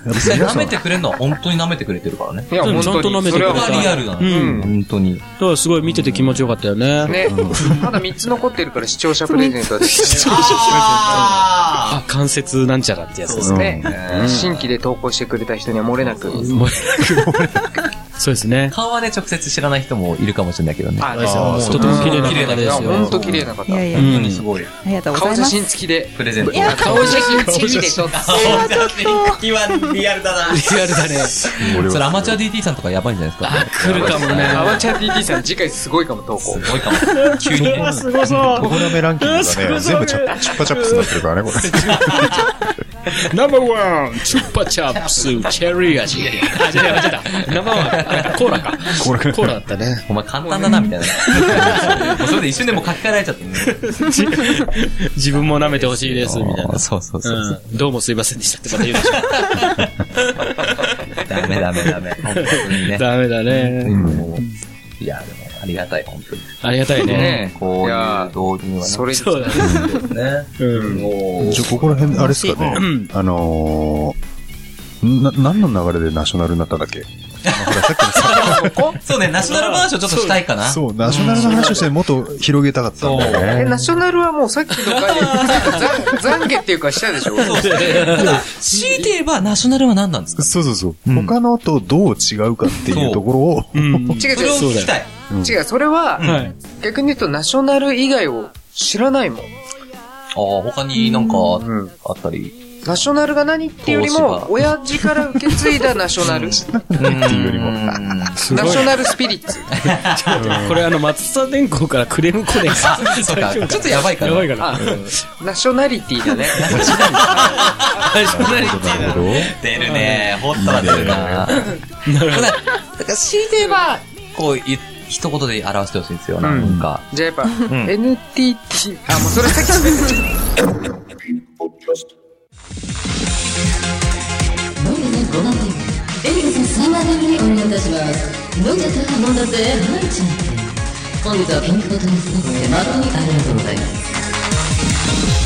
実際 舐めてくれるのは本当に舐めてくれてるからね。いや、でも本ちゃんと当舐めに。てそくれれはこたれは本リアルだうな。ん本当に。だからすごい見てて気持ちよかったよね当に。ね。まだ3つ残ってるから視聴者プレゼントだし、あ、関節なんちゃらってやつですね。ね。新規で投稿してくれた人には漏れなく。もうそうですね。顔はね、直接知らない人もいるかもしれないけどね。あ、ですよ。とても綺麗な方いでや、すよ。ほんと綺麗な方い。やいや、うんすごい。ありがとうござ顔いま写す。真付きで。プレゼント。いや顔写真付きで撮って。キはリアルだな。リアルだね。俺それはアマチュア DT さんとかやばいんじゃないあ、ですか。来るかもね。アワチャ DT さん次回すごいかも投稿。すごいかも。急にね。すごそここラメランキングがね、全部チャチュッパチャップスになってるからね、これ。う。ナンバーワン、チュッパチャップス、チェリー味。あ、違う違う違う。ナンバーワン、コーラか。 コーラコーラだったね。お前簡単だな、みたいな。もうそれで一瞬でもう書き換えられちゃってね。自分も舐めてほしいです、みたいな。そうそうそうそう。うん。どうもすいませんでしたってまた言うでしダメダメダメ。本当にょ。ね。ダメだね。もういや、でもありがたい、本当に。ありがたいね。ねこういいやう導入はね。それ、そうだね。ね。うん。もうちょ、ここら辺、あれですかねうん。あのー、な、何の流れでナショナルになったんだっけそうね、ナショナル話をちょっとしたいかな。そう、ナショナルの話をしてもっと広げたかったんだよえ、ね。ナショナルはもうさっきの回で、懺懺悔っていうかしたでしょ強いて言えば、ナショナルは何なんですかそうそうそう、ん他のとどう違うかっていうところを、うん。違うそれを違う。聞きたい。違う、それは、はい。逆に言うとナショナル以外を知らないもん。ああ、他になんかうん。あったり。ナショナルが何っていうより東も、芝親父から受け継いだナショナル。うん。ナショナルスピリッツ。これあの、松田電工からクレーム来ねえか。 そうか、ちょっとやばいかやらば。いかな。あ、ナショナリティだね。ナショナリティだ出るね。ホットは出るな。だから、だから強いて言えば、こう、い一言で表してほしいんですよ。なんか。じゃあやっぱ、NTT、あ、もうそれさっきの飲んで5万点エリカさん3万円にお願いいたします飲んじゃったら飲んだぜはいちゃん本日はピンクボトルスナック誠にありがとうございます